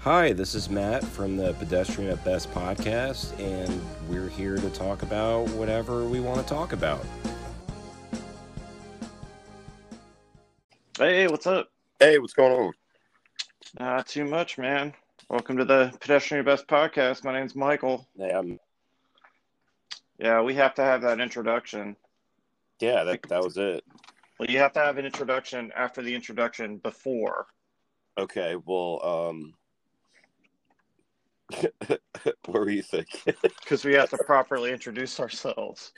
Hi, this is Matt from the Pedestrian at Best podcast, and we're here to talk about whatever we want to talk about. Hey, what's up? Hey, what's going on? Not too much, man. Welcome to the Pedestrian Best Podcast. My name's Michael. Hey, I'm- Yeah, we have to have that introduction. yeah, that, that was it. Well, you have to have an introduction after the introduction before. Okay, well, um, what were you thinking? Because we have to properly introduce ourselves.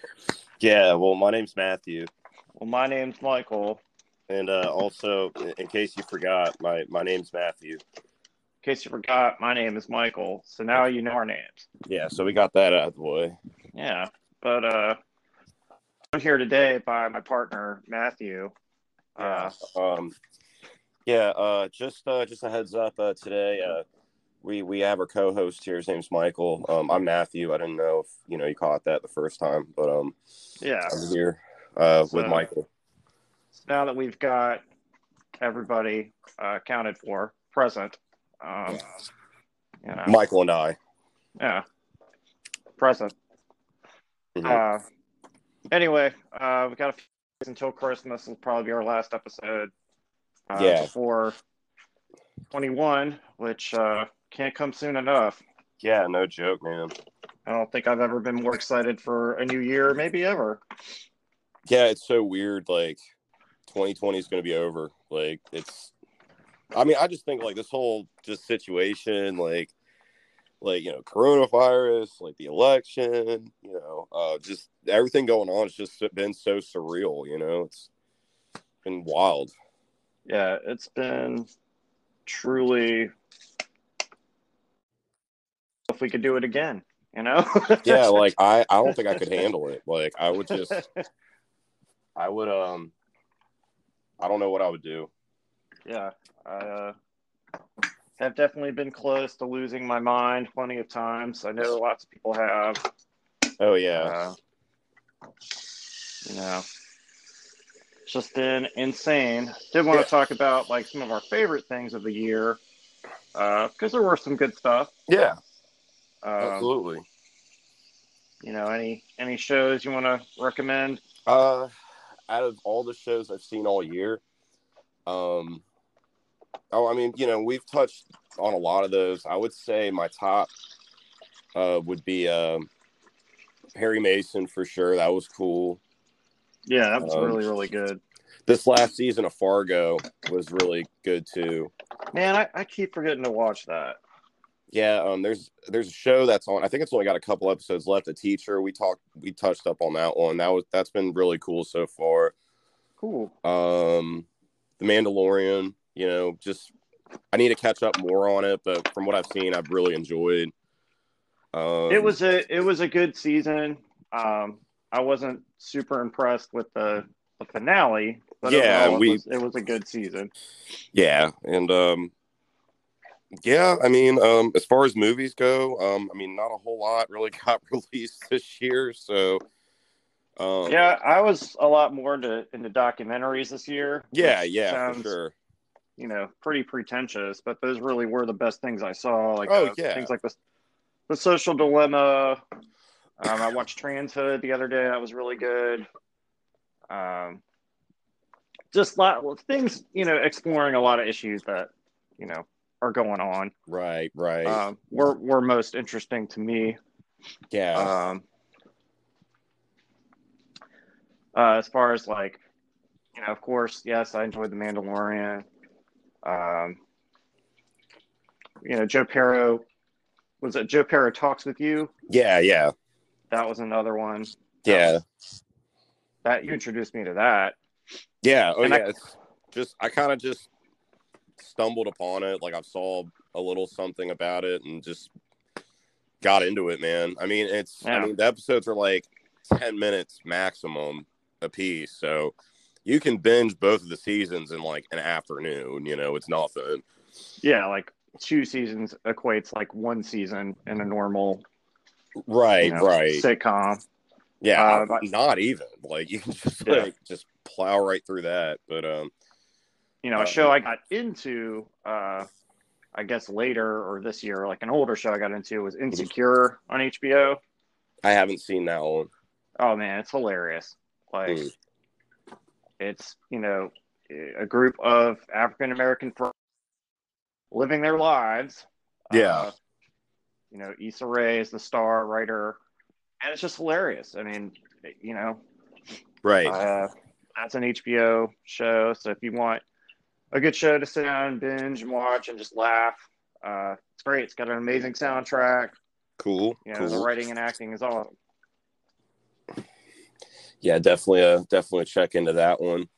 yeah, well, my name's Matthew, Well, my name's Michael. and uh, also, in- in case you forgot, my my name's Matthew. In case you forgot, my name is Michael. So now you know our names. Yeah, so we got that out of the way. Yeah. But uh I'm here today by my partner, Matthew. Uh Um, yeah, uh, just uh, just a heads up. Uh, today, uh, we we have our co-host here. His name's Michael. Um, I'm Matthew. I didn't know if you know you caught that the first time, but um, yeah. I'm here uh, with So- Michael. So now that we've got everybody uh, accounted for present, um, you know, Michael and I. yeah, present. Mhm. Uh, anyway, uh, we got a few days until Christmas. Will probably be our last episode. Uh, Yeah. Before twenty one, which uh, can't come soon enough. Yeah, no joke, man. I don't think I've ever been more excited for a new year, maybe ever. Yeah, it's so weird. Like, 2020 is going to be over. Like, it's. I mean, I just think like this whole just situation, like, like you know, coronavirus, like the election, you know, uh, just everything going on. It's just been so surreal. You know, it's been wild. Yeah, it's been truly. If we could do it again, you know? Yeah, like I, I don't think I could handle it. Like, I would just, I would, um, I don't know what I would do. yeah, I uh, have definitely been close to losing my mind plenty of times. I know lots of people have. Oh yeah, Uh, you know, it's just been insane. Did want Yeah. to talk about like some of our favorite things of the year because there were some good stuff. yeah, Um, absolutely. you know any any shows you want to recommend Uh, out of all the shows I've seen all year, um, oh, I mean, you know, we've touched on a lot of those. I would say my top uh, would be um, Harry Mason for sure. That was cool. yeah that was Um, really really good This last season of Fargo was really good too. man I, I keep forgetting to watch that Yeah, um, there's there's a show that's on. I think it's only got a couple episodes left. A teacher. We talked. We touched up on that one. That was that's been really cool so far. cool um the mandalorian you know just i need to catch up more on it but from what i've seen i've really enjoyed um, it was a it was a good season um i wasn't super impressed with the the finale but Yeah, overall, we- it, was, it was a good season yeah and um yeah i mean um as far as movies go um i mean not a whole lot really got released this year so um yeah i was a lot more into into documentaries this year yeah which yeah sounds, for sure you know pretty pretentious but those really were the best things i saw like Oh, uh, yeah. things like this the social dilemma um, i watched transhood the other day that was really good um, just lot well, things you know exploring a lot of issues that you know are going on right right um, were, were most interesting to me yeah um, uh, as far as like, you know, of course, yes, I enjoyed The Mandalorian. Um, you know, Joe Perro was it Joe Perro talks with you? yeah yeah That was another one yeah that you introduced me to that. Yeah, oh And yeah. I- it's just I kind of just stumbled upon it. Like I saw a little something about it and just got into it, man. I mean, it's Yeah. I mean the episodes are like ten minutes maximum a piece, so you can binge both of the seasons in like an afternoon. You know, it's nothing. Yeah, like two seasons equates like one season in a normal Right, you know, sitcom. Yeah, Uh, but- not even like you can just Yeah. like just plow right through that. But um, you know, Uh, a show I got into. Uh, I guess later or this year, like an older show I got into was Mm-hmm. Insecure on HBO. I haven't seen that one. Oh man, it's hilarious. Like Mm. it's, you know, a group of African American fr- living their lives. Uh, Yeah. you know, Issa Rae is the star writer and it's just hilarious. I mean, you know, Right. uh, that's an HBO show. So if you want a good show to sit down and binge and watch and just laugh, uh, it's great. It's got an amazing soundtrack. cool. You know, cool. the writing and acting is awesome. Yeah, definitely a definitely a check into that one.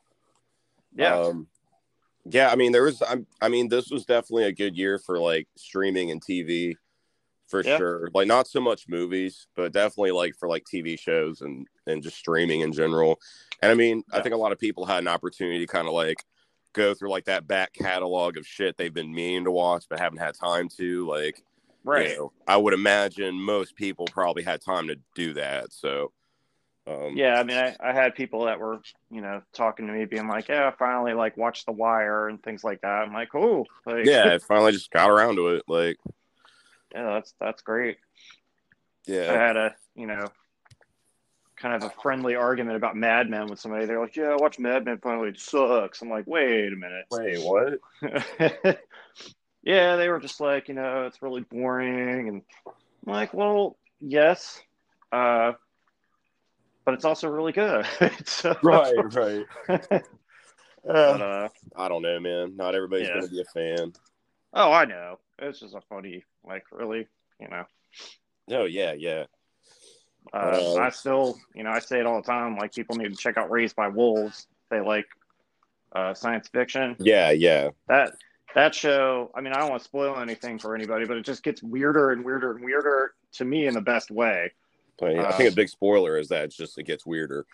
Yeah. Um, yeah, I mean there was I, I mean this was definitely a good year for like streaming and TV for Yeah. sure. Like not so much movies, but definitely like for like TV shows and and just streaming in general. And I mean, I Yeah. think a lot of people had an opportunity to kind of like go through like that back catalog of shit they've been meaning to watch but haven't had time to like right. you know, I would imagine most people probably had time to do that. So um Yeah, I mean, I, I had people that were, you know, talking to me, being like, "Yeah, I finally like watched The Wire and things like that." I'm like, "Cool, like, yeah, I finally just got around to it. Like, yeah, that's that's great." I yeah, had a, you know, kind of a friendly argument about Mad Men with somebody. They're like, "Yeah, I watched Mad Men. Finally, it sucks." I'm like, "Wait a minute." wait, what? yeah, they were just like, you know, it's really boring. And I'm like, well, yes, uh, but it's also really good. So- right. Uh, But, uh, I don't know, man. Not everybody's Yeah. gonna be a fan. oh, I know. It's just a funny, like, really, you know. No, yeah, yeah, Uh, Uh, I still, you know, I say it all the time. Like, people need to check out Raised by Wolves. They like uh, science fiction. yeah, yeah. that that show i mean i don't want to spoil anything for anybody but it just gets weirder and weirder and weirder to me in the best way But I Uh, think a big spoiler is that it's just it gets weirder.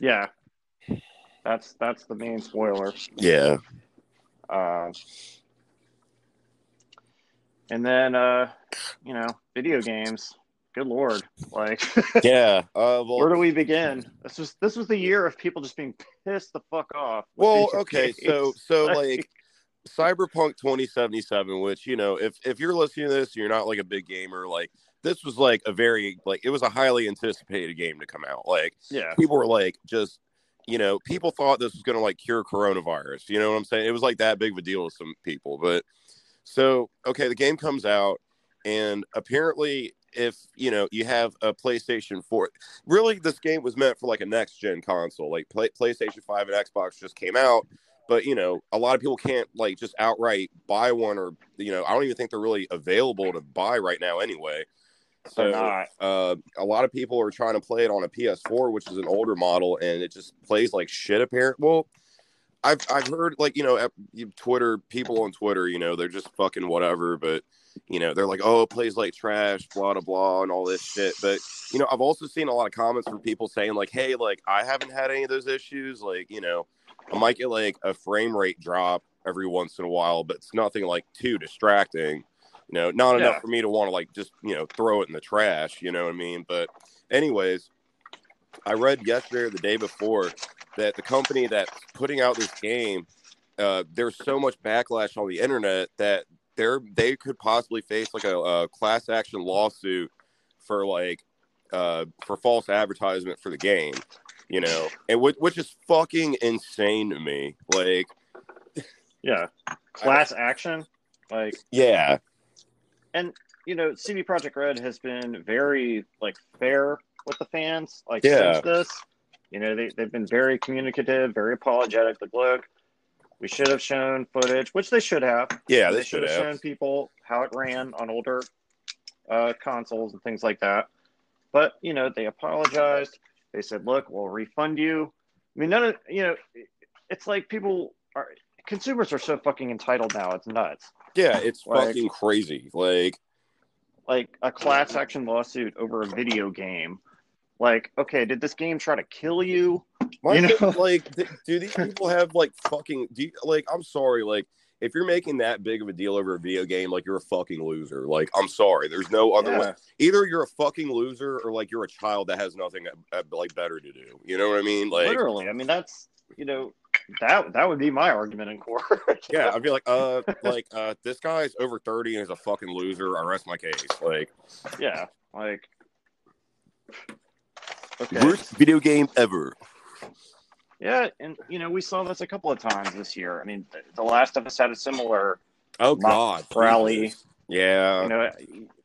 yeah that's that's the main spoiler Yeah, um, and then uh you know video games good lord like yeah. Uh, where well, do we begin this was this was the year of people just being pissed the fuck off with well, video okay. games. So, so like Cyberpunk 2077, which you know, if if you're listening to this, and you're not like a big gamer. Like this was like a very like it was a highly anticipated game to come out. Like yeah people were like just you know people thought this was going to like cure coronavirus you know what i'm saying it was like that big of a deal with some people but so okay the game comes out and apparently if you know you have a playstation 4 really this game was meant for like a next gen console like play, playstation 5 and xbox just came out but you know a lot of people can't like just outright buy one or you know i don't even think they're really available to buy right now anyway they're not uh, a lot of people are trying to play it on a PS4, which is an older model, and it just plays like shit. Apparent. Well, I've I've heard like you know at- you- Twitter people on Twitter, you know they're just fucking whatever, but you know they're like oh it plays like trash, blah blah blah, and all this shit. But you know I've also seen a lot of comments from people saying like hey like I haven't had any of those issues. Like you know I might get like a frame rate drop every once in a while, but it's nothing like too distracting you know, not Yeah. enough for me to want to like just you know throw it in the trash. You know what I mean? But anyways, I read yesterday or the day before that the company that's putting out this game, uh, there's so much backlash on the internet that they're they could possibly face like a, a class action lawsuit for like uh, for false advertisement for the game. You know, and which, which is fucking insane to me. Like, yeah class action like yeah, you know, CD Project Red has been very like fair with the fans. Like Yeah. since this, you know, they they've been very communicative, very apologetic. Like, look, we should have shown footage, which they should have. yeah, they this should have. shown people how it ran on older uh, consoles and things like that. But you know, they apologized. They said, "Look, we'll refund you." I mean, none of you know. It's like people are consumers are so fucking entitled now. It's nuts. Yeah, it's Like- fucking crazy. Like, like a class action lawsuit over a video game. Like, okay, did this game try to kill you? my You know? thing- like, th- do these people have like fucking? Do you, like, I'm sorry, like, if you're making that big of a deal over a video game, like, you're a fucking loser. Like, I'm sorry, there's no other way. Either you're a fucking loser, or like, you're a child that has nothing uh, uh, like better to do. You know what I mean? Like, literally. I mean, that's you know, That that would be my argument in court. Yeah, I'd be like, uh, like, uh, this guy's over thirty and is a fucking loser. I rest my case. Like, yeah, like okay. worst video game ever. Yeah, and you know we saw this a couple of times this year. I mean, th- The Last of Us had a similar. Oh Not god, Crowley. Jesus. Yeah, You know,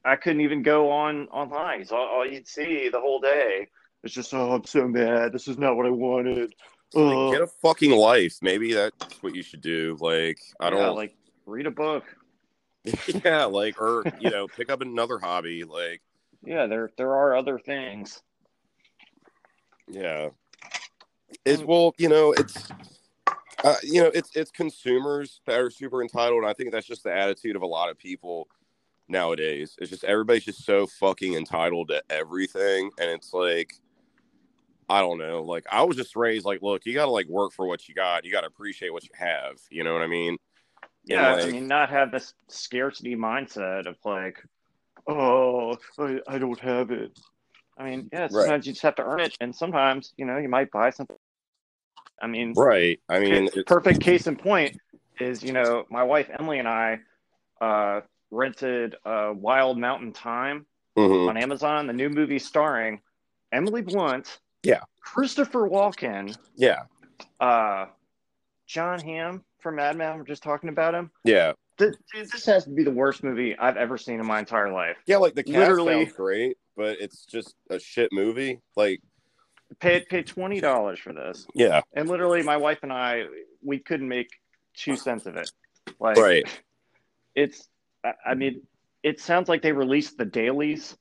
I couldn't even go on online. So all, all you'd see the whole day is just, oh, I'm so mad. This is not what I wanted. Oh, Like, Ugh. get a fucking life. Maybe that's what you should do. Like, I don't Yeah, like read a book. yeah, like, or you know, pick up another hobby. Like, Yeah, there there are other things. yeah, it's well, you know, it's. Uh, you know, it's it's consumers that are super entitled, and I think that's just the attitude of a lot of people nowadays. It's just everybody's just so fucking entitled to everything, and it's like, I don't know. Like, I was just raised like, look, you gotta like work for what you got. You gotta appreciate what you have. You know what I mean? And, Yeah, I like- mean, not have this scarcity mindset of like, oh, I, I don't have it. I mean, yeah, sometimes you just have to earn it, and sometimes you know you might buy something. I mean, Right. I mean, It's perfect case in point is you know my wife Emily and I uh, rented uh, Wild Mountain Time mhm. on Amazon, the new movie starring Emily Blunt, Yeah. Christopher Walken, Yeah. uh, John Hamm from Mad Men. We're just talking about him. Yeah. Th- dude, this has to be the worst movie I've ever seen in my entire life. Yeah. Like the cast Literally- sounds great, but it's just a shit movie. Like, Paid paid twenty dollars for this, yeah. and literally my wife and I we couldn't make two cents of it. Like, Right. it's I, I mean it sounds like they released the dailies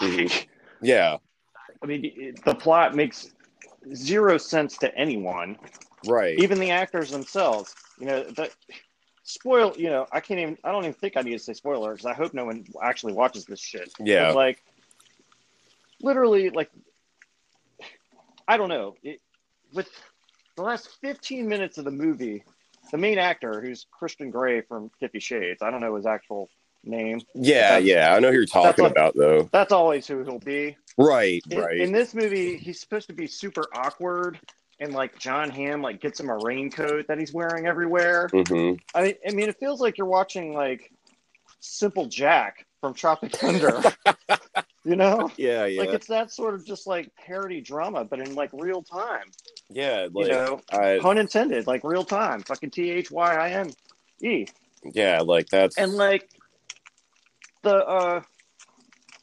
Mhm. Yeah. i mean it, the plot makes zero sense to anyone Right. even the actors themselves you know the spoil you know i can't even i don't even think i need to say spoiler because i hope no one actually watches this shit yeah. But, like literally like i don't know it, with the last 15 minutes of the movie the main actor who's christian gray from 50 shades i don't know his actual name yeah. that's- Yeah. I know who you're talking what- about, though. That's always who he'll be. Right. In, right. in this movie, he's supposed to be super awkward, and like John Hamm like gets him a raincoat that he's wearing everywhere. hmm I, I mean, it feels like you're watching like Simple Jack from Tropic Thunder. you know, Yeah. Yeah. like it's that sort of just like parody drama, but in like real time. yeah. Like, you know, I, pun intended, like real time. Fucking T H Y I N E. yeah. Like, that's. and like the uh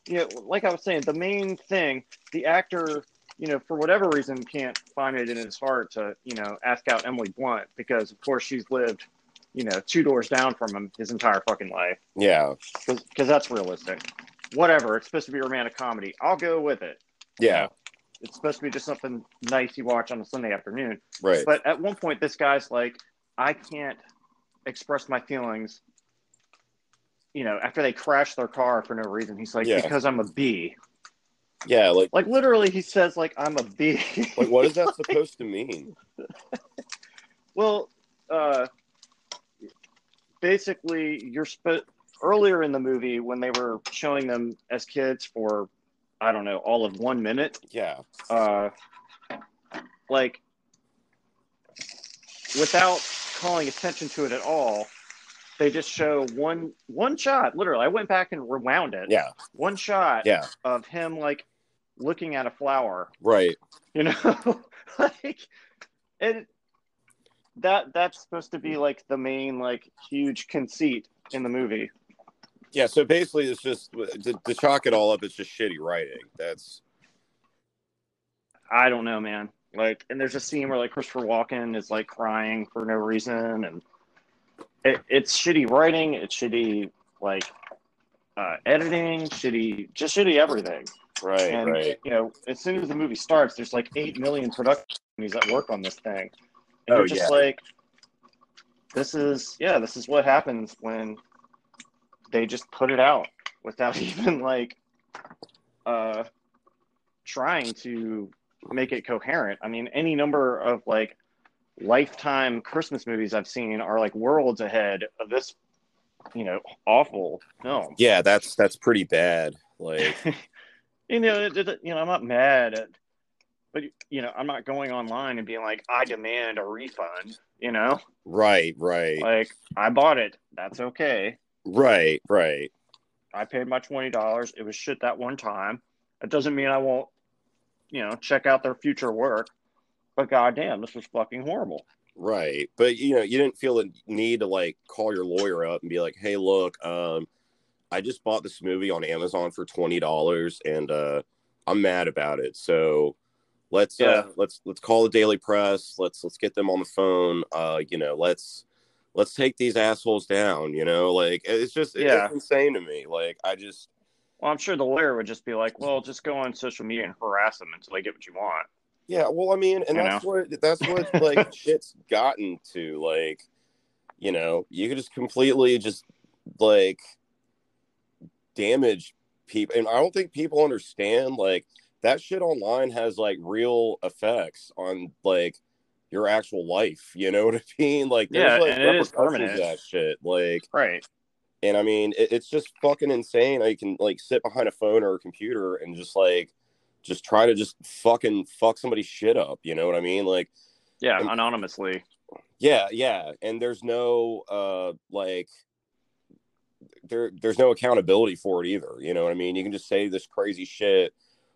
you know like i was saying the main thing the actor you know for whatever reason can't find it in his heart to you know ask out emily blunt because of course she's lived you know two doors down from him his entire fucking life yeah. because that's realistic whatever it's supposed to be a romantic comedy i'll go with it Yeah. it's supposed to be just something nice you watch on a sunday afternoon Right. but at one point this guy's like i can't express my feelings you know after they crash their car for no reason he's like Yeah. because i'm a bee Yeah. Like, like literally he says like i'm a bee like, what is that supposed to mean? well uh basically you're sp- earlier in the movie when they were showing them as kids for i don't know all of one minute Yeah. uh, like without calling attention to it at all they just show one one shot literally i went back and rewound it Yeah. one shot Yeah. of him like looking at a flower Right. you know like and that that's supposed to be like the main like huge conceit in the movie Yeah. So basically, it's just to, to chalk it all up, it's just shitty writing. That's. I don't know, man. Like, and there's a scene where like Christopher Walken is like crying for no reason, and it, it's shitty writing, it's shitty like uh, editing, shitty, just shitty everything. Right. and right. you know, as soon as the movie starts, there's like eight million production companies that work on this thing, and Oh, you're just yeah. like, this is yeah, this is what happens when they just put it out without even like uh trying to make it coherent. I mean, any number of like lifetime Christmas movies I've seen are like worlds ahead of this, you know, awful film. Yeah. That's that's pretty bad. Like. you know, it, it- you know, I'm not mad at, but you know, I'm not going online and being like, I demand a refund. You know, Right, right, like I bought it. That's okay. right, right. I paid my twenty dollars. It was shit that one time. That doesn't mean I won't, you know, check out their future work. But goddamn, this was fucking horrible. Right. But you know, you didn't feel the need to like call your lawyer up and be like, "Hey, look, um I just bought this movie on Amazon for $20 and uh I'm mad about it. So let's uh, Yeah. let's let's call the Daily Press. Let's let's get them on the phone. Uh you know, let's let's take these assholes down, you know? Like it's just it- Yeah. it's insane to me. Like I just Well, I'm sure the lawyer would just be like, well, just go on social media and harass them until they get what you want. Yeah, well, I mean, and You that's what that's what like shit's gotten to. Like, you know, you could just completely just like damage people, and I don't think people understand like that shit online has like real effects on like your actual life. You know what I mean? Like, there's, Yeah, like, and it repercussions is to permanent. That shit, like. Right. And I mean, it, it's just fucking insane. I can like sit behind a phone or a computer and just like just try to just fucking fuck somebody's shit up. You know what I mean? Like, Yeah, And- anonymously. yeah, yeah. And there's no uh like there there's no accountability for it either. You know what I mean? You can just say this crazy shit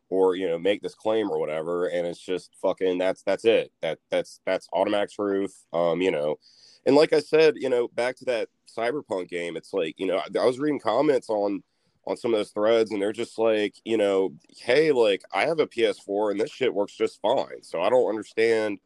or you know make this claim or whatever and it's just fucking that's that's it that that's that's automatic truth um you know and like i said you know back to that cyberpunk game it's like you know I, I was reading comments on on some of those threads and they're just like you know hey like i have a ps4 and this shit works just fine so i don't understand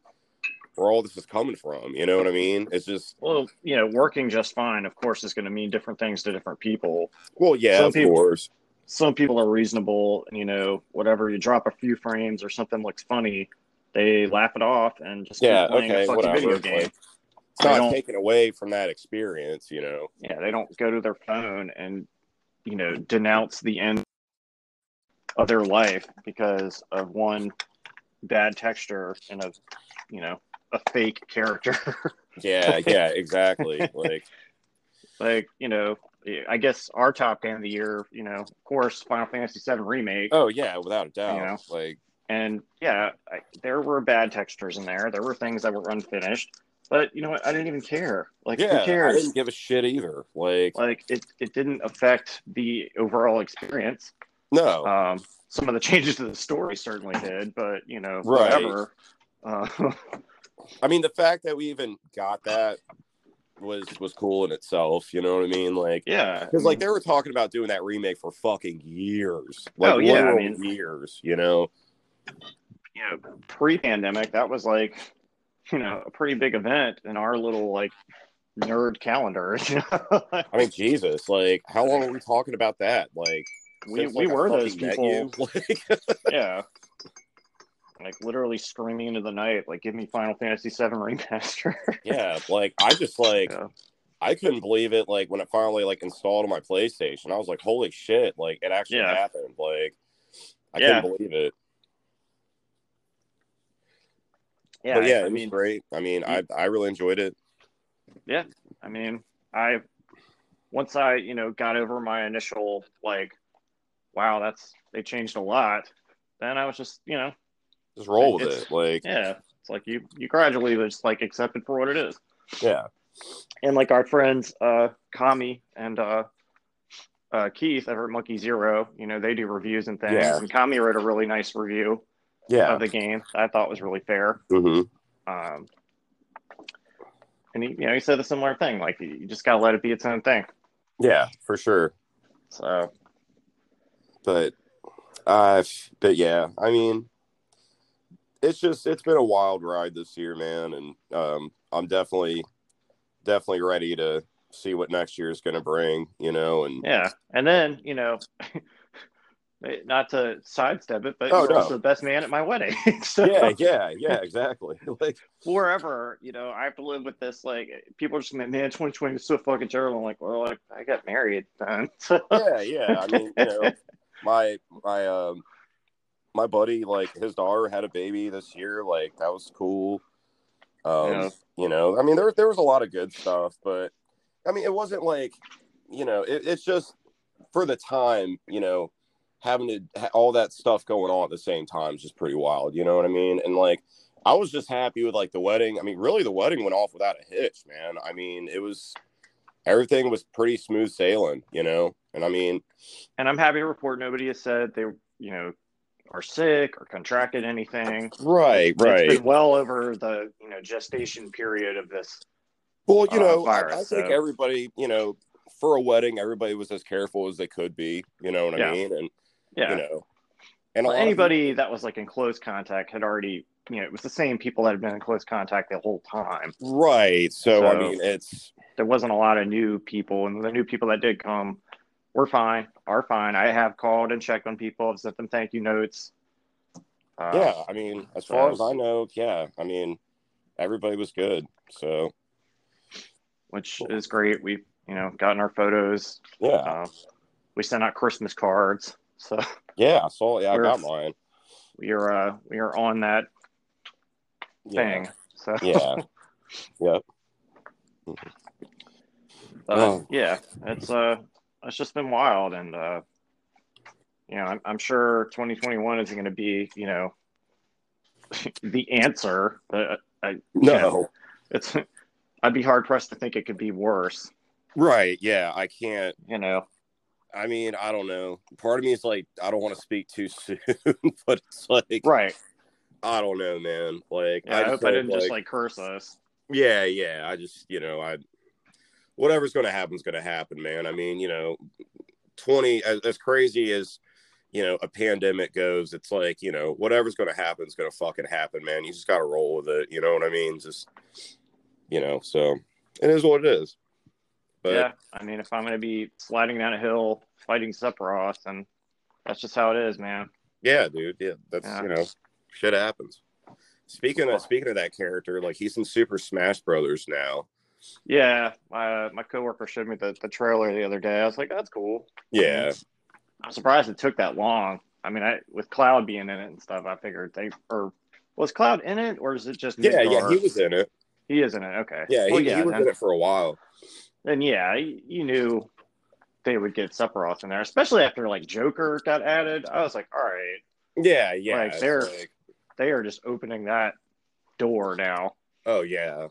where all this is coming from you know what i mean it's just Well, you know, working just fine, of course, is going to mean different things to different people. well yeah Some of people- course Some people are reasonable, and, you know, whatever you drop a few frames or something looks funny, they laugh it off and just keep yeah playing a okay fucking whatever video like, game. it's I not don't- taken away from that experience you know Yeah, they don't go to their phone and you know denounce the end of their life because of one bad texture and a you know a fake character. yeah yeah exactly like like you know, I guess our top game of the year, you know, of course, Final Fantasy VII remake, Oh yeah, without a doubt. You know? Like and yeah, I, there were bad textures in there. There were things that were unfinished, but you know what? I didn't even care. Like yeah, who I cares? didn't give a shit either. Like Like it, it didn't affect the overall experience. no, Um, some of the changes to the story certainly did, but you know, Right. whatever. Uh, I mean the fact that we even got that was was cool in itself. You know what I mean? Like yeah, because like they were talking about doing that remake for fucking years. Like Oh, yeah, I literal mean- years. You know? you know, pre-pandemic, that was like, you know, a pretty big event in our little like nerd calendar. you know? I mean Jesus, like how long are we talking about that? Like We- since, we like, I were those fucking met people. you? Like, yeah. Like literally screaming into the night, like give me Final Fantasy VII remaster. yeah, like I just like Yeah. I couldn't believe it. Like when it finally like installed on my PlayStation, I was like, "Holy shit!" Like it actually Yeah. happened. Like I Yeah. couldn't believe it. yeah, but yeah, I it was mean, great. I mean, I I really enjoyed it. I mean, I once I you know got over my initial like, wow, that's they changed a lot. Then I was just you know Just roll with It's- it. Like, yeah, it's like you you gradually just like accept it for what it is. yeah, And like our friends, uh, Kami and uh, uh, Keith over at Monkey Zero, you know they do reviews and things. Yeah. And Kami wrote a really nice review yeah. of the game that I thought was really fair. hmm Um, and he, you know, he said a similar thing. Like you you just gotta let it be its own thing. Yeah, for sure. So But I, but yeah, I mean, it's just it's been a wild ride this year, man, and um, I'm definitely definitely ready to see what next year is going to bring. You know, and Yeah, and then you know, not to sidestep it, but Oh, you're no. also the best man at my wedding. so yeah, yeah, yeah, exactly. Like, forever, you know, I have to live with this. Like, people are just like, man, 2020 was so fucking terrible. I'm like, well, like, I got married then. yeah, yeah. I mean, you know, my my um my buddy, like his daughter had a baby this year, like that was cool. Um, Yeah. you know, I mean there there was a lot of good stuff, but I mean it wasn't like you know, it, it's just for the time, you know, having to ha- all that stuff going on at the same time is just pretty wild. You know what I mean? And like, I was just happy with like the wedding. I mean, really, the wedding went off without a hitch, man. I mean, it was everything was pretty smooth sailing, you know. And I mean, And I'm happy to report nobody has said they, you know, are sick or contracted anything. right, It's been well over the you know gestation period of this. Well, you uh, know, I- I, virus, think so- everybody, you know, for a wedding, everybody was as careful as they could be. You know what Yeah. I mean? And Yeah. you know, and a Well, lot of anybody that was like in close contact had already, you know, it was the same people that had been in close contact the whole time. people- right? So, I So- mean, it's There wasn't a lot of new people, and the new people that did come were fine, are fine. I have called and checked on people, I've sent them thank you notes. Uh, yeah. I mean, as far so- as I know, yeah. I mean, everybody was good. So which Cool. is great. We've you know gotten our photos. yeah, Uh, we sent out Christmas cards, so yeah. I saw. Yeah, I we're- got mine. we are uh, we are on that Yeah. thing. So Yeah. Uh, Oh. yeah, it's uh, it's just been wild, and uh, you know, I'm, I'm sure 2021 isn't going to be, you know, the answer, but I, No. it's, I'd be hard pressed to think it could be worse. Right. Yeah. I can't. You know, I mean, I don't know. Part of me is like, I don't want to speak too soon, but it's like, right? I don't know, man. Like, Yeah, I, just hope I don't, didn't just like curse us. Yeah, yeah. I just, you know, I whatever's going to happen's going to happen, man. I mean, you know, 20 as, as crazy as, you know, a pandemic goes, it's like, you know, whatever's going to happen's going to fucking happen, man. You just got to roll with it, you know what I mean? Just you know, so it is what it is. But yeah, I mean, if I'm going to be sliding down a hill fighting Sephiroth, and that's just how it is, man. Yeah, dude. Yeah, that's Yeah. you know, shit happens. Speaking of speaking of that character, like he's in Super Smash Brothers now. Yeah, my my coworker showed me the, the trailer the other day. I was like, that's cool. Yeah, I'm surprised it took that long. I mean, I with Cloud being in it and stuff, I figured they or was Cloud in it or is it just yeah, Midgar? yeah. He was in it. He is in it. Okay. Yeah, he, Well, he was then, in it for a while. then yeah, y- you knew they would get Sephiroth in there, especially after like Joker got added. I was like, all right, Yeah, yeah. Like, it's they're- like- they are just opening that door now. oh yeah.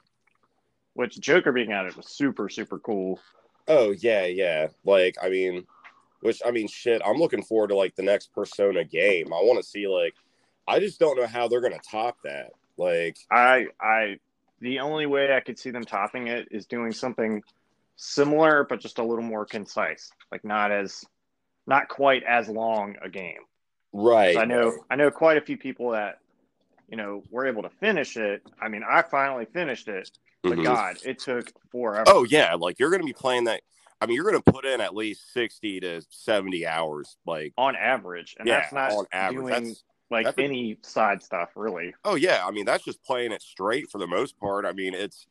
Which Joker being added was super super cool. Oh yeah, yeah. Like I mean, which I mean, shit. I'm looking forward to like the next Persona game. I want to see like, I just don't know how they're gonna top that. Like, I I the only way I could see them topping it is doing something similar but just a little more concise. Like not as not quite as long a game. right? I know I know quite a few people that you know were able to finish it. I mean, I finally finished it, but Mhm. god, it took forever. Oh yeah, like you're gonna be playing that. I mean, you're gonna put in at least sixty to seventy hours. Like, on average, and yeah, that's not on average. doing That's like that's a- any side stuff really. oh yeah. I mean, that's just playing it straight for the most part. I mean, it's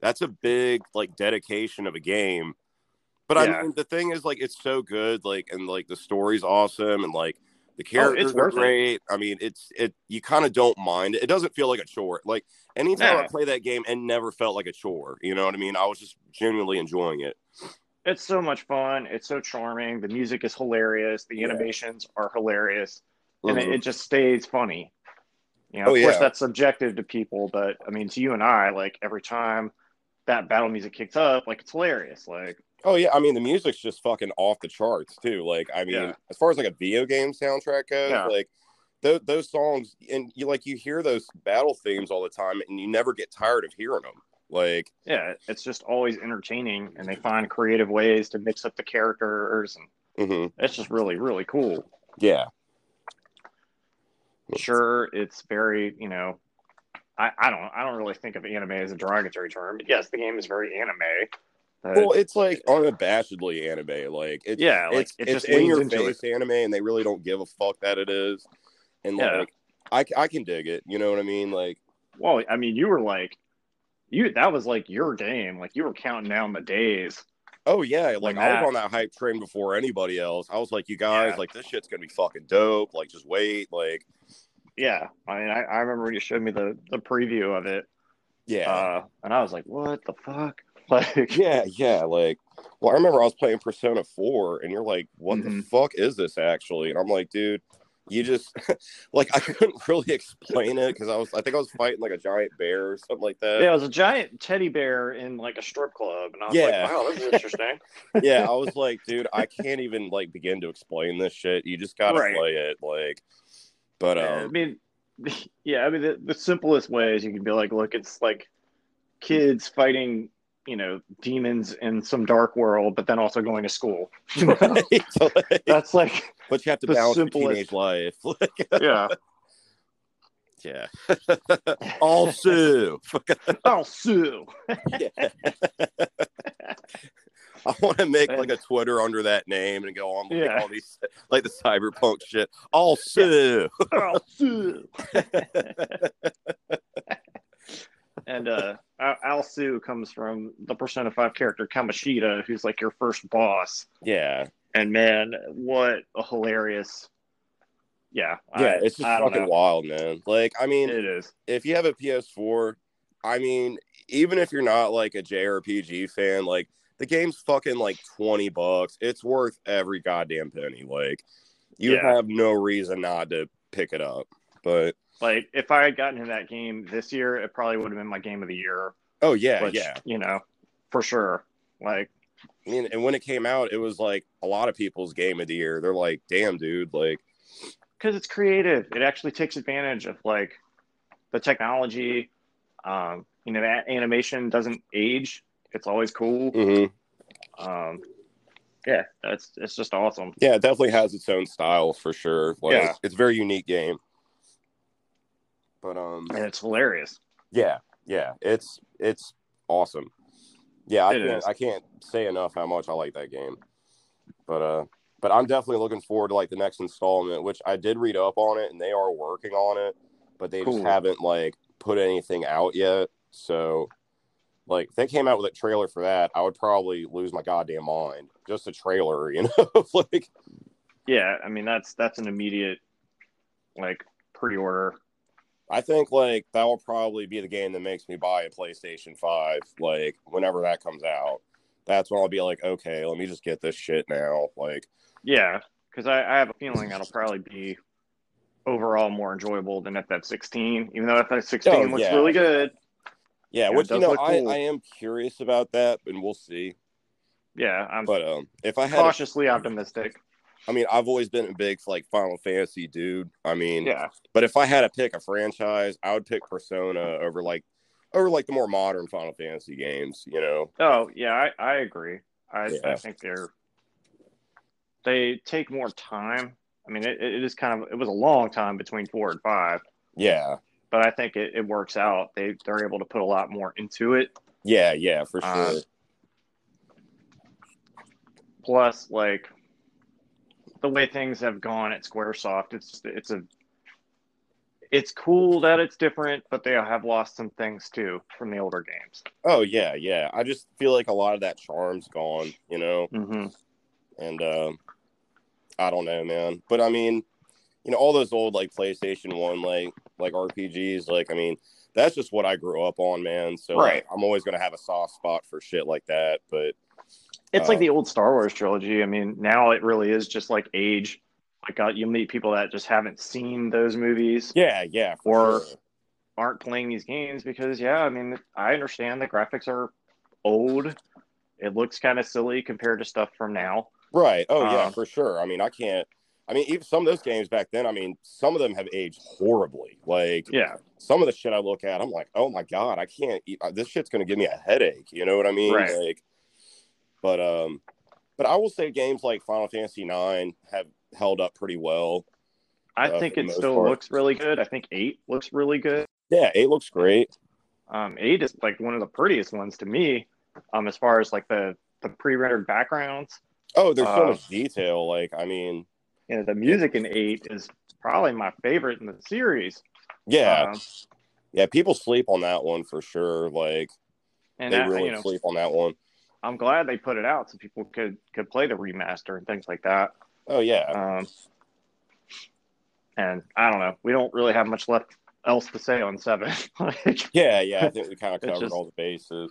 that's a big like dedication of a game. But Yeah. I mean, the thing is, like, it's so good. Like, and like the story's awesome, and like the Oh, it's characters are worth it. great. I mean, it's it. You kind of don't mind. It doesn't feel like a chore. Like anytime No. I play that game, and never felt like a chore. You know what I mean? I was just genuinely enjoying it. It's so much fun. It's so charming. The music is hilarious. The Yeah. animations are hilarious. and Mhm. it, it just stays funny. You know, Oh, of course yeah. that's subjective to people, but I mean to you and I, like every time that battle music kicks up, like it's hilarious. Like Oh yeah, I mean the music's just fucking off the charts too. Like I mean, Yeah. as far as like a video game soundtrack goes, Yeah. like those those songs and you like you hear those battle themes all the time, and you never get tired of hearing them. Like yeah, it's just always entertaining and they find creative ways to mix up the characters and mhm, it's just really, really cool. yeah, Sure, it's very, you know, I, I don't I don't really think of anime as a derogatory term, but yes, the game is very anime. But, well, it's like unabashedly anime. Like it's yeah, like it's, it it's just in leans your into face anime, and they really don't give a fuck that it is. And Yeah. like I c- I can dig it. You know what I mean? Like Well, I mean, you were like, you that was like your game. Like you were counting down the days. Oh yeah, like When I that- was on that hype train before anybody else. I was like, you guys, Yeah. like this shit's gonna be fucking dope. Like just wait, like Yeah, I mean, I, I remember when you showed me the the preview of it, yeah, uh, and I was like, what the fuck? Like, Uh, yeah, yeah. Like well, I remember I was playing Persona 4 and you're like, what the Mhm. fuck is this actually? And I'm like, dude, you just like I couldn't really explain it because I was I think I was fighting like a giant bear or something like that. Yeah, it was a giant teddy bear in like a strip club, and I was Yeah. like, "Wow, this is interesting." yeah, I was like, dude, I can't even like begin to explain this shit. You just gotta Right. play it, like. But I um, mean, yeah, I mean, the, the simplest way is you can be like, "Look, it's like kids fighting, you know, demons in some dark world, but then also going to school." That's like, but you have to the balance your simplest- teenage life. yeah, yeah. also, I'll sue. yeah. I want to make like a Twitter under that name and go on like, Yeah. all these like the cyberpunk shit. Also, I'll sue. and uh, Al- Al Sue comes from the Persona Five character Kamishita, who's like your first boss. yeah, And man, what a hilarious! Yeah, yeah. I- it's just I don't fucking know. wild, man. Like, I mean, It is. if you have a PS4, I mean, even if you're not like a JRPG fan, like the game's fucking like 20 bucks. It's worth every goddamn penny. Like you Yeah. have no reason not to pick it up. But Like, if I had gotten in that game this year, it probably would have been my game of the year. oh yeah, which, yeah. you know, for sure. Like, I mean, and when it came out, it was like a lot of people's game of the year. They're like, "Damn, dude, like because it's creative, it actually takes advantage of like the technology. Um, you know, that animation doesn't age. It's always cool. mhm. Um, yeah, that's it's just awesome. yeah, it definitely has its own style for sure. Like Yeah. it's a very unique game." But um And it's hilarious. Yeah, yeah, it's it's awesome. Yeah, I It can't is. I can't say enough how much I like that game. But uh, but I'm definitely looking forward to like the next installment, which I did read up on it, and they are working on it, but they Cool. just haven't like put anything out yet. So, like, if they came out with a trailer for that, I would probably lose my goddamn mind. Just a trailer, you know, like Yeah, I mean that's that's an immediate like pre-order. I think like that will probably be the game that makes me buy a PlayStation 5 like whenever that comes out. That's when I'll be like, okay, let me just get this shit now. Like, Yeah, because I, I have a feeling that'll probably be overall more enjoyable than FF16, even though FF16 Oh, looks yeah. really good. yeah, Yeah, which it you does know, look I, cool. I am curious about that, and we'll see. Yeah, I'm But um, if I had, I cautiously optimistic. mean, I've always been a big like Final Fantasy dude. I mean, Yeah, but if I had to pick a franchise, I would pick Persona over like over like the more modern Final Fantasy games. You know, oh, yeah, I, I agree. I, I Yeah. think they're they take more time. I mean, it, it is kind of it was a long time between four and five, yeah, but I think it, it works out. They they're able to put a lot more into it. yeah, yeah, for sure. Uh, plus like the way things have gone at Squaresoft, it's it's a it's cool that it's different, but they have lost some things too from the older games. oh yeah, yeah. I just feel like a lot of that charm's gone. You know. Mm-hmm. and um, I don't know, man. But I mean, you know, all those old like PlayStation One like like RPGs, like I mean, that's just what I grew up on, man. So like, Right. I'm always gonna have a soft spot for shit like that. But It's Uh, like the old Star Wars trilogy. I mean, now it really is just like age. Like uh, you meet people that just haven't seen those movies, yeah, yeah, Or- sure. aren't playing these games because yeah, I mean, I understand the graphics are old. It looks kind of silly compared to stuff from now. right. Oh yeah, Um, for sure. I mean, I can't. I mean, even some of those games back then. I mean, some of them have aged horribly. Like Yeah, some of the shit I look at, I'm like, oh my god, I can't. Eat, uh, this shit's gonna give me a headache. You know what I mean? Right. Like, but um, but I will say games like Final Fantasy Nine have held up pretty well. I Uh, for think the it most still part. looks really good. I think eight looks really good. Yeah, eight looks great. Um, eight is like one of the prettiest ones to me, um, as far as like the the pre-rendered backgrounds. Oh, there's so Uh, much detail. Like, I mean, You know, the music in eight is probably my favorite in the series. yeah, Um, yeah, people sleep on that one for sure. Like, and they I- really you know, sleep on that one. I'm glad they put it out so people could could play the remaster and things like that. Oh yeah, Um, and I don't know, we don't really have much left else to say on seven. like, yeah, yeah. I think we kind of It's covered just- all the bases.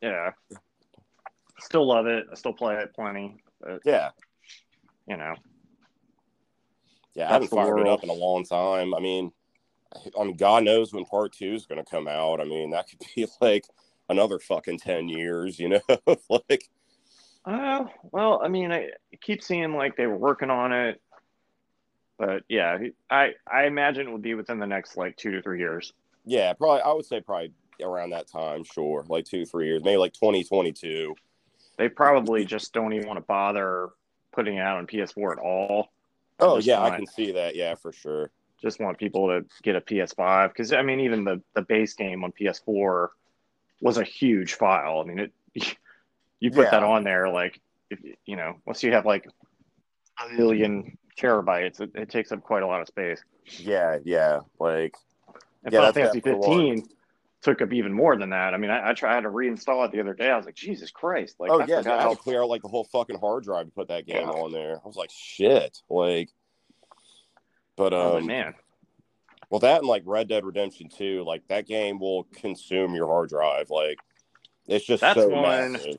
yeah, Still love it. I still play it plenty. But, Yeah, you know, yeah. That's I haven't the fired it world. up in a long time. I mean, I mean, God knows when part two is going to come out. I mean, that could be like another fucking ten years. You know, like Uh, well, I mean, I keep seeing like they were working on it, but yeah, I I imagine it would be within the next like two to three years. yeah, probably. I would say probably around that time. Sure, like two, three years, maybe like twenty twenty two. They probably just don't even want to bother putting it out on PS4 at all. Oh Just yeah, I want- can see that. Yeah, for sure. Just want people to get a PS5 because I mean, even the the base game on PS4 was a huge file. I mean, it you put Yeah. that on there like if, you know once you have like a million terabytes, it, it takes up quite a lot of space. Yeah, yeah. Like And Yeah, Final that's Fantasy that full on. 15 took up even more than that. I mean, I, I tried to reinstall it the other day. I was like, Jesus Christ! Like, oh yeah, I dude, forgot I had how- to clear out like the whole fucking hard drive to put that game Yeah. on there. I was like, shit, like. But I was like, um, man, well, that and like Red Dead Redemption Two, like that game will consume your hard drive. Like, it's just That's so one- massive.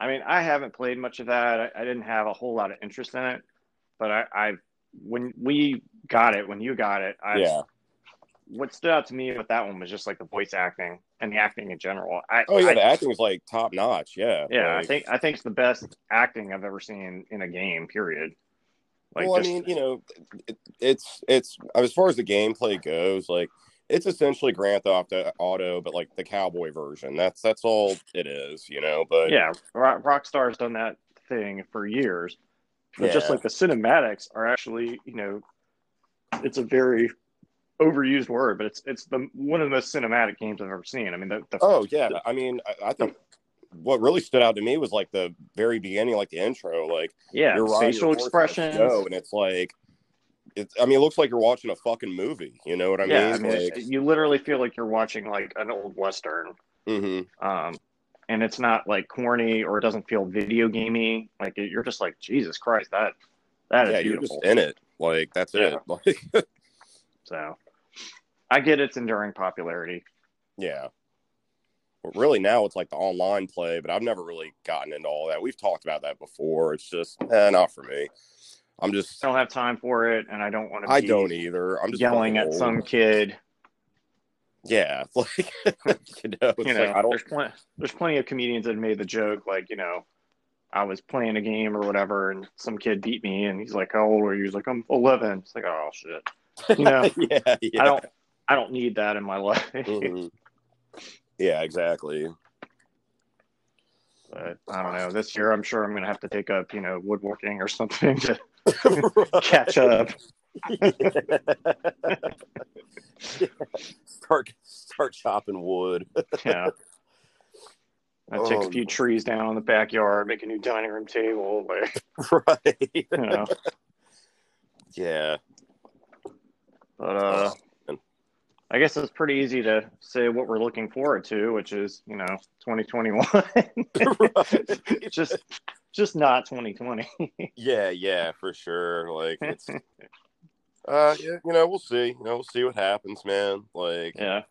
I mean, I haven't played much of that. I, I didn't have a whole lot of interest in it, but I, I when we got it, when you got it, I, Yeah. what stood out to me with that one was just like the voice acting and the acting in general. I, Oh yeah, I- the acting is like top notch. Yeah. yeah, I Like, think I think it's the best acting I've ever seen in a game. Period. Like, well, just- I mean, you know, it, it's it's as far as the gameplay goes, like it's essentially Grand Theft Auto, but like the cowboy version. That's that's all it is, you know. But yeah, Rock, Rockstar's done that thing for years. But just Yeah. like the cinematics are actually, you know, it's a very overused word, but it's it's the one of the most cinematic games I've ever seen. I mean, the, the Oh yeah, I mean, I, I think what really stood out to me was like the very beginning, like the intro, like yeah, you're riding your facial horse on a expressions. show, and it's like, it's. I mean, it looks like you're watching a fucking movie. You know what I yeah, I mean? mean, like, you literally feel like you're watching like an old western, mhm. um, and it's not like corny or it doesn't feel video gamey. Like you're just like Jesus Christ, that that is yeah, you're beautiful. just e- in it. Like that's Yeah. it. Like, So I get its enduring popularity. yeah. But really, now it's like the online play, but I've never really gotten into all that. We've talked about that before. It's just eh, not for me. I'm just. I don't have time for it, and I don't want to. I be don't either. I'm just yelling fucking at old. some kid. Yeah, like you know, it's you know, like I don't. there's plenty. There's plenty of comedians that have made the joke, like you know, I was playing a game or whatever, and some kid beat me, and he's like, "How old are you?" He's like, "I'm 11." It's like, "Oh shit," you know. yeah, yeah. I don't. I don't need that in my life. Mhm. Yeah, exactly. But I don't know. This year, I'm sure I'm gonna have to take up, you know, woodworking or something to catch up. start start chopping wood. Yeah. I take a Oh. few trees down in the backyard, make a new dining room table. Like, right. you know. Yeah. But uh, man. I guess it's pretty easy to say what we're looking forward to, which is you know 2021. Right. just just not 2020. Yeah, yeah, for sure. Like it's uh yeah, you know, we'll see. You know, we'll see what happens, man. Like yeah.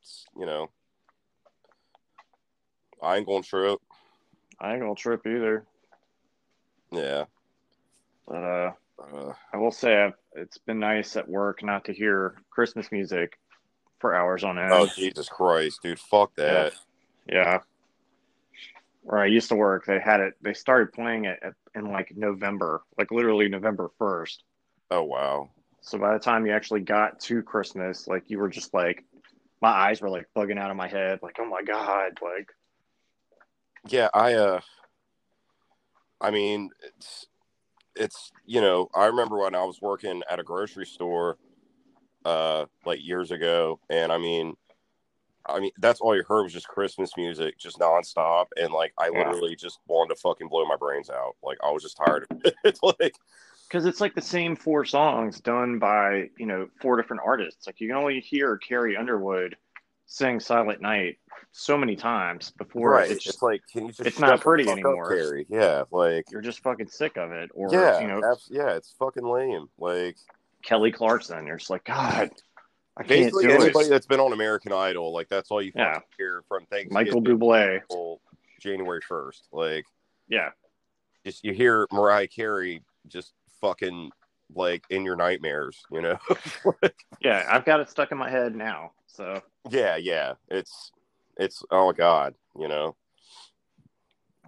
it's, you know. I ain't going trip. I ain't gonna trip either. Yeah. But uh, Uh, I will say I've, it's been nice at work not to hear Christmas music for hours on end. oh Jesus Christ, dude. Fuck that. Yeah. Where I used to work, they had it. They started playing it at, in like November, like literally November first. Oh wow. So by the time you actually got to Christmas, like you were just like, my eyes were like bugging out of my head, like, oh my god, like, Yeah, I uh I mean, it's it's you know, I remember when I was working at a grocery store uh like years ago and I mean I mean that's all you heard was just Christmas music just nonstop and like I Yeah. literally just wanted to fucking blow my brains out. Like I was just tired of it. It's like because it's like the same four songs done by you know four different artists. Like you can only hear Carrie Underwood sing "Silent Night" so many times before right. it's It's, just like can you just it's shut not the pretty fuck up, anymore. Carrie? Yeah, like you're just fucking sick of it. Or yeah, you know abs- yeah, it's fucking lame. Like Kelly Clarkson, you're just like God, I can't basically do anybody it. that's been on American Idol, like that's all you Yeah. fucking hear from Thanksgiving. Michael Bublé, people January first. Like Yeah. just you hear Mariah Carey just fucking like in your nightmares, you know? Yeah. I've got it stuck in my head now. So yeah, yeah. It's it's oh god, you know.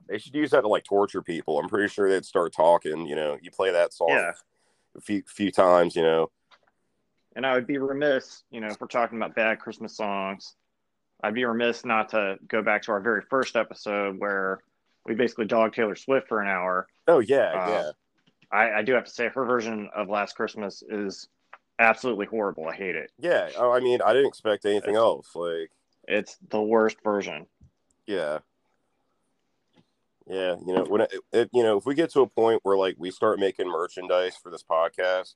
They should use that to like torture people. I'm pretty sure they'd start talking, you know. You play that song yeah. a few few times, you know. And I would be remiss, you know, if we're talking about bad Christmas songs, I'd be remiss not to go back to our very first episode where we basically dogged Taylor Swift for an hour. Oh yeah, Wow. yeah. I, I do have to say her version of Last Christmas is absolutely horrible. I hate it. Yeah. Oh, I mean, I didn't expect anything else. Like It's the worst version. Yeah. Yeah, you know, when it, it, you know, if we get to a point where like we start making merchandise for this podcast,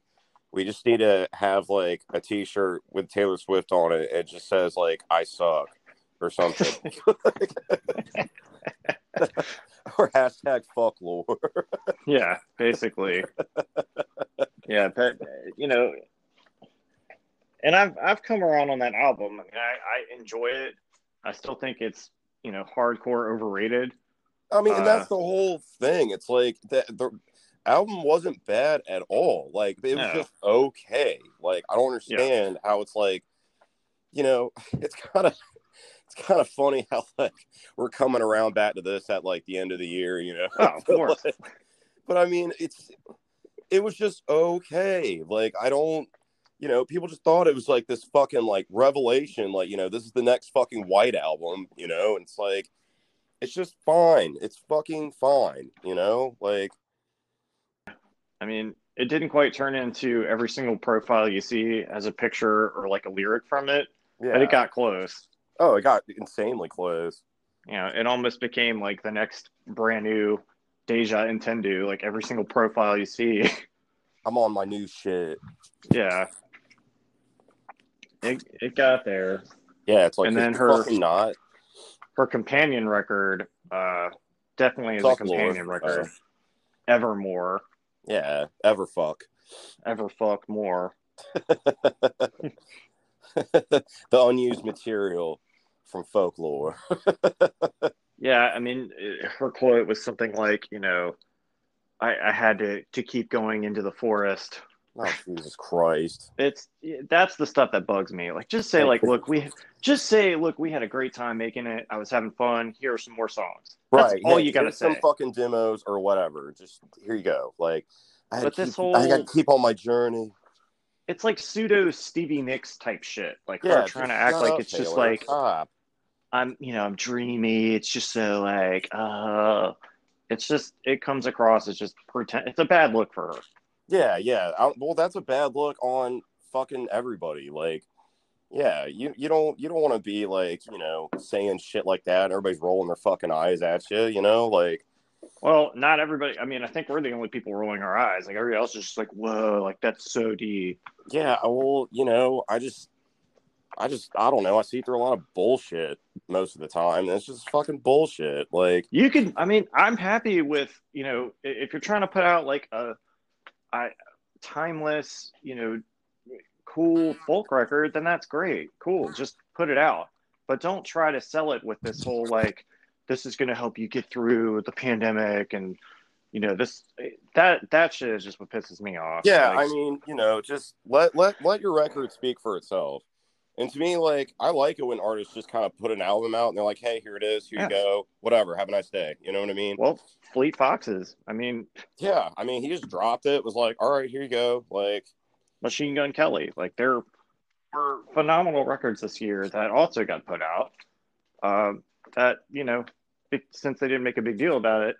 we just need to have like a t-shirt with Taylor Swift on it. It just says like I suck or something. or hashtag fuck lore. Yeah, basically. yeah, but you know, and I've I've come around on that album. I, mean, I I enjoy it. I still think it's you know hardcore overrated. I mean, Uh. and that's the whole thing. It's like the, the album wasn't bad at all. Like it was No. just okay. Like I don't understand how it's like, you know, it's kind of it's kind of funny how like we're coming around back to this at like the end of the year, you know. Oh, of course. But, like, but I mean, it's it was just okay. Like I don't. You know, people just thought it was like this fucking like revelation, like you know, this is the next fucking White album, you know, and it's like it's just fine. It's fucking fine, you know? Like, I mean, it didn't quite turn into every single profile you see as a picture or like a lyric from it, yeah. but it got close. oh, it got insanely close. You know, it almost became like the next brand new Deja Intendu. Like every single profile you see I'm on my new shit. Yeah. It, it got there. Yeah, it's like And it's then her- fucking not. Her companion record, uh, definitely is Talk a companion Lord. Uh, record. Evermore, Yeah, ever fuck. ever fuck more. the unused material from folklore. Yeah, I mean, it- her quote was something like, you know, I, I had to to keep going into the forest. Oh Jesus Christ. It's that's the stuff that bugs me. Like, just say, like, look, we just say, look, we had a great time making it. I was having fun. Here are some more songs. That's right. all hey, you gotta here's say. Some fucking demos or whatever. Just here you go. Like I had But to this keep, I gotta whole- keep on my journey. it's like pseudo Stevie Nicks type shit. Like Yeah, her trying to just act shut like up, it's just Taylor. like Stop. I'm, you know, I'm dreamy. It's just so like, uh, it's just it comes across as just pretend. It's a bad look for her. Yeah, yeah. I, well, that's a bad look on fucking everybody. Like, yeah, you you don't you don't want to be like you know saying shit like that. And everybody's rolling their fucking eyes at you. You know, like Well, not everybody. I mean, I think we're the only people rolling our eyes. Like everybody else is just like, whoa, like that's so deep. yeah. Well, you know, I just I just I don't know. I see through a lot of bullshit most of the time. And it's just fucking bullshit. Like, You can. I mean, I'm happy with you know i- if you're trying to put out like a, I, timeless, you know, cool folk record, then that's great. Cool, just put it out. But don't try to sell it with this whole like, this is going to help you get through the pandemic and you know this that that shit is just what pisses me off. yeah, I Like, mean, you know, just let let let your record speak for itself. And to me, like, I like it when artists just kind of put an album out and they're like, "Hey, here it is. Here Yeah. you go. Whatever. Have a nice day." You know what I mean? well, Fleet Foxes. I mean, Yeah, I mean, he just dropped it. Was like, all right, here you go. Like, Machine Gun Kelly. Like there were phenomenal records this year that also got put out. Um, that you know, it, since they didn't make a big deal about it,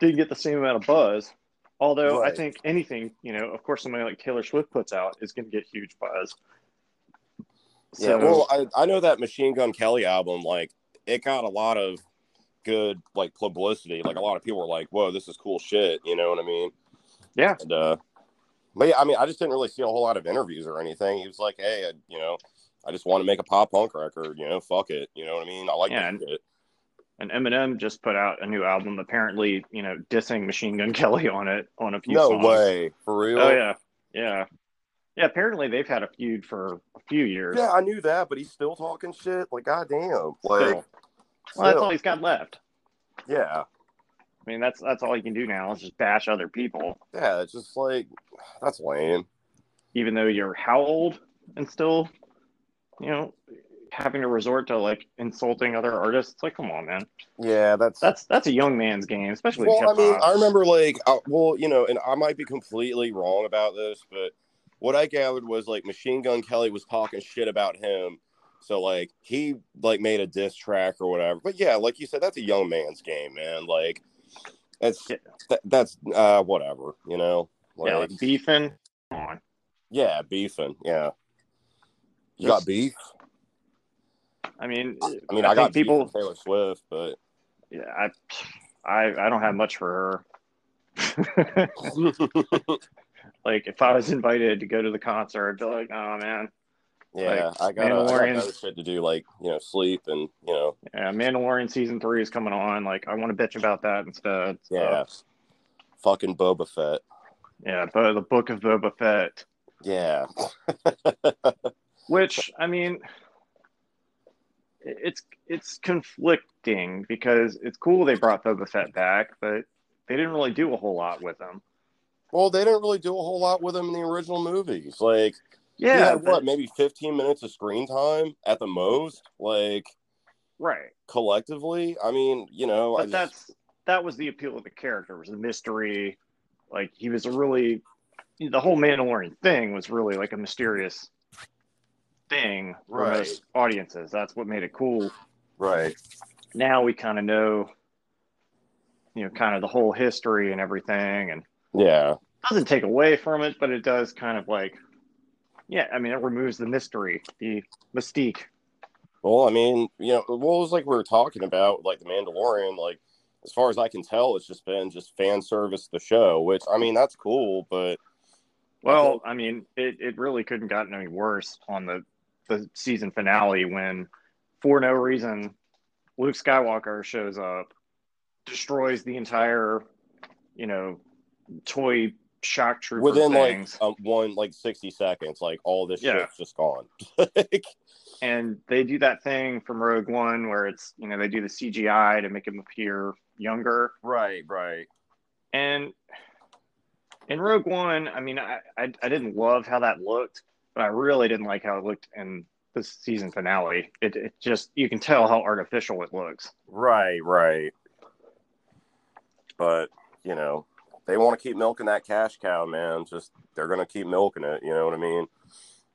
didn't get the same amount of buzz. Although I Right. think anything, you know, of course, somebody like Taylor Swift puts out is going to get huge buzz. So, yeah. Well, I I know that Machine Gun Kelly album, like, it got a lot of good like publicity. Like, a lot of people were like, "Whoa, this is cool shit." You know what I mean? Yeah. And uh, but yeah, I mean, I just didn't really see a whole lot of interviews or anything. He was like, "Hey, I, you know, I just want to make a pop punk record. You know, fuck it. You know what I mean? I like Yeah, that shit." and Eminem just put out a new album, apparently, you know, dissing Machine Gun Kelly on it on a few. No songs. way, for real. Oh yeah, yeah, yeah. Apparently, they've had a feud for a few years. Yeah, I knew that, but he's still talking shit. Like, goddamn. Like, Still. Well, that's still. all he's got left. Yeah. I mean, that's that's all you can do now is just bash other people, Yeah. It's just like, that's lame. even though you're how old and still, you know, having to resort to like insulting other artists. It's Like, come on, man, Yeah. That's, that's that's a young man's game, especially. in well, I mean, hip-hop. I remember like, I, well, you know, and I might be completely wrong about this, but what I gathered was like Machine Gun Kelly was talking shit about him, so like he like made a diss track or whatever. But yeah, like you said, that's a young man's game, man. Like that's Yeah. that, that's uh whatever, you know. yeah, Like, like beefing. Come on, yeah, beefing, yeah. You got Just- beef? I mean, I mean, I, got think people people. beef with Taylor Swift, but Yeah, I, I, I don't have much for her. like, if I was invited to go to the concert, I'd be like, oh man, yeah, I got I Mandalorian. got other shit to do, like you know, sleep and you know, yeah, Mandalorian season three is coming on. Like, I want to bitch about that instead. So, yeah, fucking Boba Fett. yeah, but the book of Boba Fett, Yeah. which I mean, it- it's it's conflicting because it's cool they brought Boba Fett back, but they didn't really do a whole lot with him. Well, they didn't really do a whole lot with him in the original movies. Like, yeah, Yeah, but- what, maybe 15 minutes of screen time at the most? Like, right. collectively? I mean, you know, I but just- that's that was the appeal of the character was the mystery like he was a really the whole mandalorian thing was really like a mysterious thing for Right. most audiences that's what made it cool right. now we kind of know you know kind of the whole history and everything and Yeah. doesn't take away from it but it does kind of like yeah i mean it removes the mystery the mystique Well, I mean, you know, well, it was like we were talking about, like, The Mandalorian. Like, as far as I can tell, it's just been just fan service to the show, which, I mean, that's cool, but Well, I mean, it, it really couldn't gotten any worse on the, the season finale when, for no reason, Luke Skywalker shows up, destroys the entire, you know, toy shock trooper within, things, like, um, one, like, 60 seconds, like, all this Yeah. shit's just gone. like, and they do that thing from Rogue One where it's you know they do the CGI to make him appear younger, right, right. and in Rogue One, I mean, I, I I didn't love how that looked, but I really didn't like how it looked in the season finale. It it just you can tell how artificial it looks. Right, right. But, you know, they want to keep milking that cash cow, man. Just they're going to keep milking it, you know what I mean?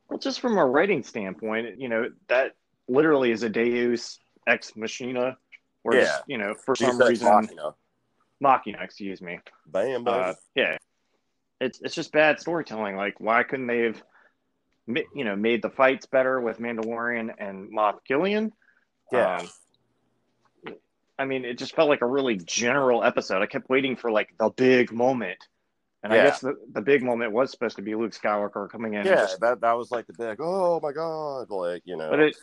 Well, just from a writing standpoint, you know that literally is a Deus ex machina, or Yeah. just, you know for some Deus Ex reason Machina. machina. Excuse me. Bam, bam. Uh, yeah, it's it's just bad storytelling. Like, why couldn't they have, ma- you know, made the fights better with Mandalorian and Moff Gideon? Yeah. Um, I mean, it just felt like a really general episode. I kept waiting for like the big moment, and Yeah. I guess the, the big moment was supposed to be Luke Skywalker coming in. and yeah, just- that, that was like the big, oh my God. Like, you know. but it,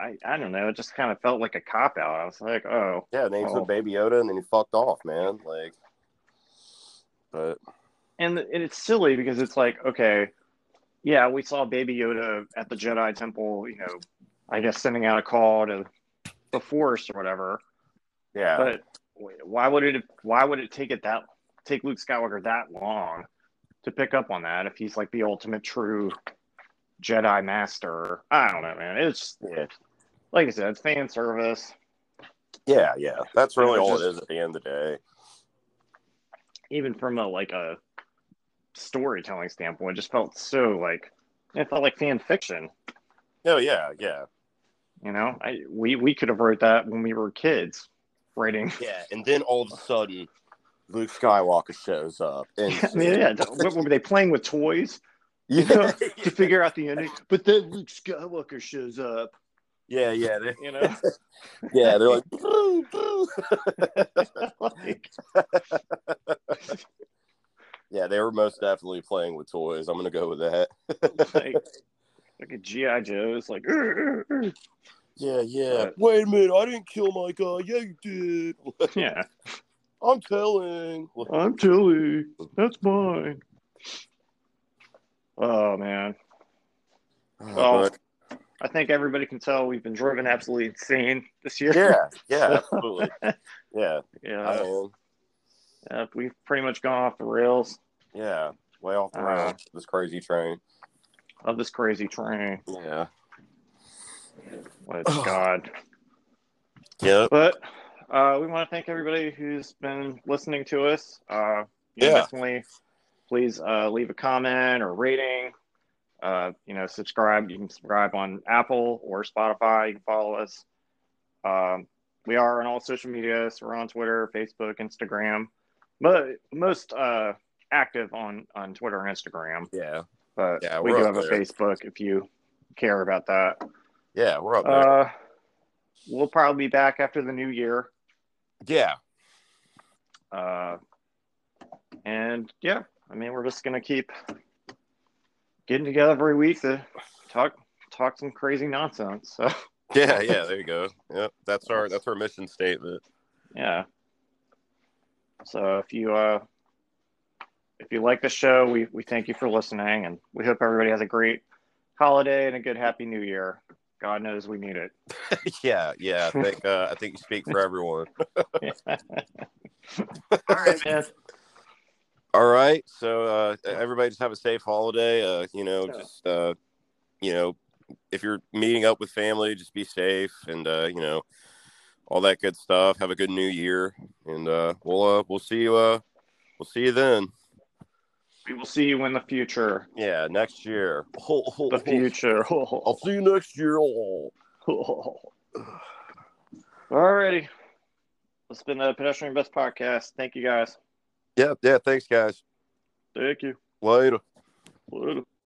I, I don't know. It just kind of felt like a cop out. I was like, oh, yeah, names oh. with Baby Yoda and then he fucked off, man. Like, but and, and it's silly because it's like, okay, yeah, we saw Baby Yoda at the Jedi Temple. You know, I guess sending out a call to the Force or whatever. yeah. But wh- why would it? Why would it take it that take Luke Skywalker that long to pick up on that if he's like the ultimate true Jedi Master? I don't know, man. It's yeah. like I said, it's fan service. Yeah, yeah. That's really It was all it just- is at the end of the day. Even from a like a storytelling standpoint, it just felt so like it felt like fan fiction. No, Oh, yeah, yeah. You know, I we we could have wrote that when we were kids, writing. Yeah. And then all of a sudden, Luke Skywalker shows up. And I mean, yeah, what, were they playing with toys yeah. to figure out the ending? But then Luke Skywalker shows up. Yeah, yeah, they- You know. yeah. They're like, "Boo, boo." like, yeah, they were most definitely playing with toys. I'm gonna go with that. like, like a GI Joe's, like "Ur, ur, ur." Yeah, yeah. But- Wait a minute, I didn't kill my guy. Yeah, you did. yeah, I'm telling. I'm Tilly. That's mine. Oh man, well- But, I think everybody can tell we've been driven absolutely insane this year. Yeah, yeah, absolutely. Yeah, yeah, I mean, yeah, we've pretty much gone off the rails yeah, way off the Uh, rails. This crazy train. of this crazy train. Yeah. Which, God. Yep. But uh, we want to thank everybody who's been listening to us. Uh, you Yeah. know, Definitely, please uh, leave a comment or rating. Uh, you know, subscribe. You can subscribe on Apple or Spotify. You can follow us. Um, we are on all social medias. We're on Twitter, Facebook, Instagram. But most uh, active on on Twitter and Instagram. Yeah. But Yeah, we we're do up have a there. Facebook if you care about that. Yeah, we're up there. Uh, we'll probably be back after the new year. yeah. Uh, and yeah, I mean, we're just gonna keep getting together every week to talk talk some crazy nonsense. So Yeah, yeah, there you go. Yep. That's our that's our mission statement. yeah. So if you uh, if you like the show, we we thank you for listening, and we hope everybody has a great holiday and a good happy new year. God knows we need it. yeah, yeah. I think uh, I think you speak for everyone. All right, man. All right. So uh, everybody just have a safe holiday. Uh, you know, Yeah. just uh, you know, if you're meeting up with family, just be safe and uh, you know, all that good stuff. Have a good new year and uh we'll uh, we'll see you uh we'll see you then. We will see you in the future. Yeah, next year. The future. I'll see you next year. Alrighty. It's been the Pedestrian Best Podcast. Thank you guys. Yeah, yeah, thanks guys. Thank you. Later. Later.